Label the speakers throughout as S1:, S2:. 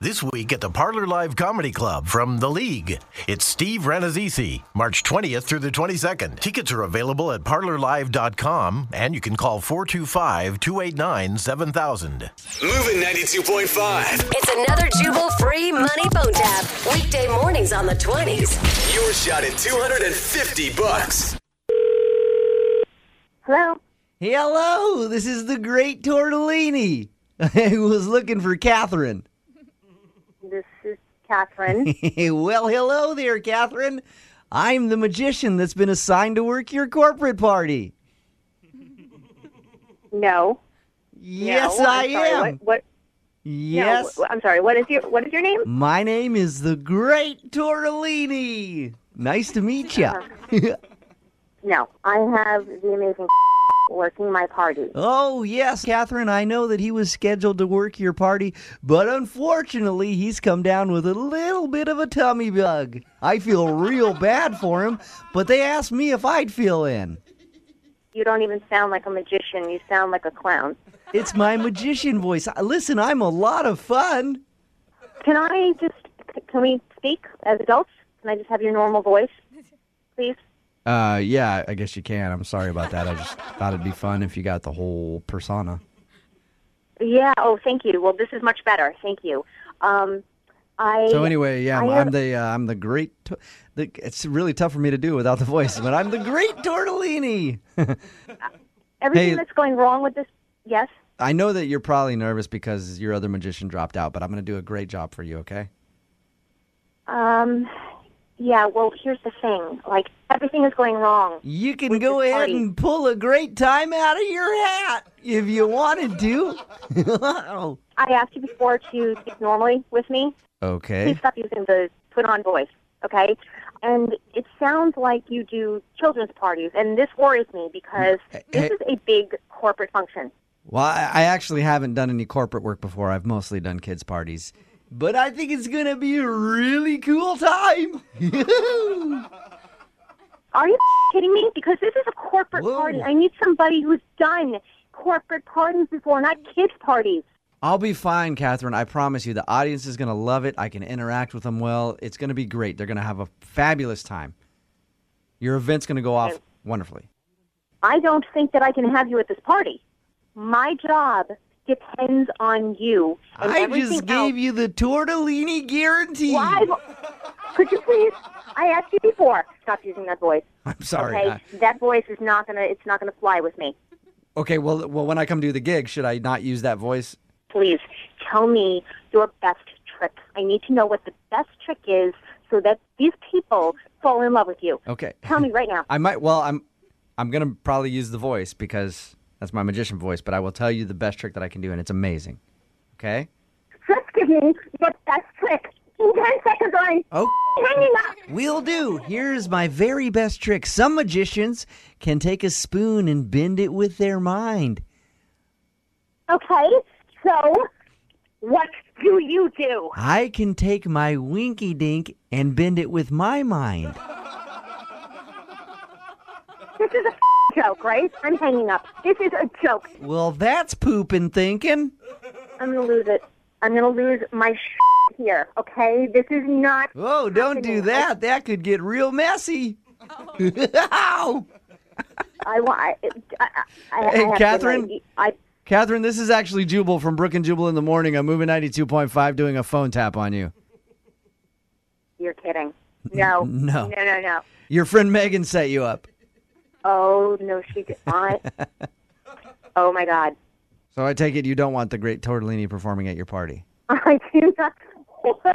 S1: This week at the Parlor Live Comedy Club from The League, it's Steve Ranazizi, March 20th through the 22nd. Tickets are available at parlorlive.com and you can call 425 289 7000.
S2: Moving 92.5.
S3: It's another Jubal free money phone tap. Weekday mornings on the 20s.
S2: Your shot at 250 bucks.
S4: Hello.
S5: Hello, this is the great Tortellini who was looking for Catherine.
S4: This is Catherine.
S5: well, hello there, Catherine. I'm the magician that's been assigned to work your corporate party.
S4: no.
S5: Yes,
S4: No, I'm
S5: I
S4: sorry,
S5: am.
S4: What? what no,
S5: Yes,
S4: wh- I'm sorry. What is your What is your name?
S5: my name is the great Tortellini. Nice to meet you.
S4: No, I have the amazing working my party.
S5: oh, yes, Catherine, I know that he was scheduled to work your party, but unfortunately, he's come down with a little bit of a tummy bug. I feel real bad for him, but they asked me if I'd fill in.
S4: You don't even sound like a magician. You sound like a clown.
S5: It's my magician voice. I- Listen, I'm a lot of fun.
S4: Can I just? Can we speak as adults? Can I just have your normal voice, please?
S5: Uh, yeah, I guess you can. I'm sorry about that. I just thought it'd be fun if you got the whole persona.
S4: Yeah. Oh, thank you. Well, this is much better. Thank you. Um, I.
S5: So anyway, yeah, I'm,
S4: I, uh,
S5: I'm the uh, I'm the great. To- the, it's really tough for me to do without the voice, but I'm the great Tortellini.
S4: Everything
S5: hey-
S4: that's going wrong with this. Yes.
S5: I know that you're probably nervous because your other magician dropped out, but I'm gonna do a great job for you. Okay?
S4: Um. Yeah. Well, here's the thing. Like everything is going wrong.
S5: You can go
S4: this
S5: ahead
S4: party.
S5: and pull a great time out of your hat if you wanted to. Oh.
S4: I asked you before to speak normally with me. Please
S5: okay.
S4: stop using the put on voice, okay? And it sounds like you do children's parties, and this worries me because this
S5: hey-
S4: is a big corporate function.
S5: Well, I I actually haven't done any corporate work before. I've mostly done kids' parties. But I think it's going to be a really cool time.
S4: Are you kidding me? Because this is a corporate
S5: Whoa.
S4: party. I need somebody who's done corporate parties before, not kids' parties.
S5: I'll be fine, Catherine. I promise you. The audience is going to love it. I can interact with them well. It's going to be great. They're going to have a fabulous time. Your event's going to go off wonderfully.
S4: I don't think that I can have you at this party. My job depends on you. And
S5: I
S4: everything
S5: just
S4: else.
S5: gave you the tortellini guarantee.
S4: Why? Could you please? I asked you before. Stop using that voice.
S5: I'm sorry. Uh,
S4: Okay,
S5: I-
S4: that voice is not gonna. It's not gonna fly with me.
S5: okay, well, well, when I come do the gig, should I not use that voice?
S4: Please tell me your best trick. I need to know what the best trick is so that these people fall in love with you.
S5: Okay.
S4: Tell me right now.
S5: I might. Well, I'm. I'm gonna probably use the voice because that's my magician voice. But I will tell you the best trick that I can do, and it's amazing. Okay.
S4: Just give me your best trick. In ten seconds, I'm
S5: Oh,
S4: hanging up.
S5: will do. Here's my very best trick. Some magicians can take a spoon and bend it with their mind.
S4: Okay, so what do you do?
S5: I can take my winky dink and bend it with my mind.
S4: This is a joke, right? I'm hanging up. This is a joke.
S5: Well, that's poopin' thinking.
S4: I'm gonna lose it. I'm gonna lose my here. Okay, this is not.
S5: Whoa! Don't do that. That could get real messy. Ow!
S4: I want. I, I, I,
S5: Hey,
S4: I have to-
S5: Catherine?
S4: I
S5: Catherine, this is actually Jubal from Brook and Jubal in the morning. I'm moving 92.5 doing a phone tap on you.
S4: You're kidding. No.
S5: No.
S4: No, no, no.
S5: Your friend Megan set you up.
S4: Oh, no, she did not. oh, my God.
S5: So I take it you don't want the great Tortellini performing at your party.
S4: I do not.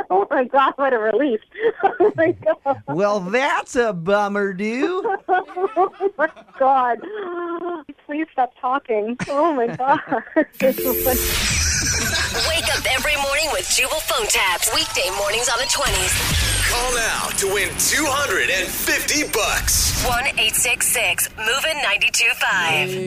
S4: Oh, my God, what a relief. Oh, my God.
S5: Well, that's a bummer, dude.
S4: Oh, my God. Please stop talking. Oh, my God.
S3: Wake up every morning with Jubal phone taps. Weekday mornings on the 20s.
S2: Call now to win 250 bucks.
S3: 1 866 Movin' 925.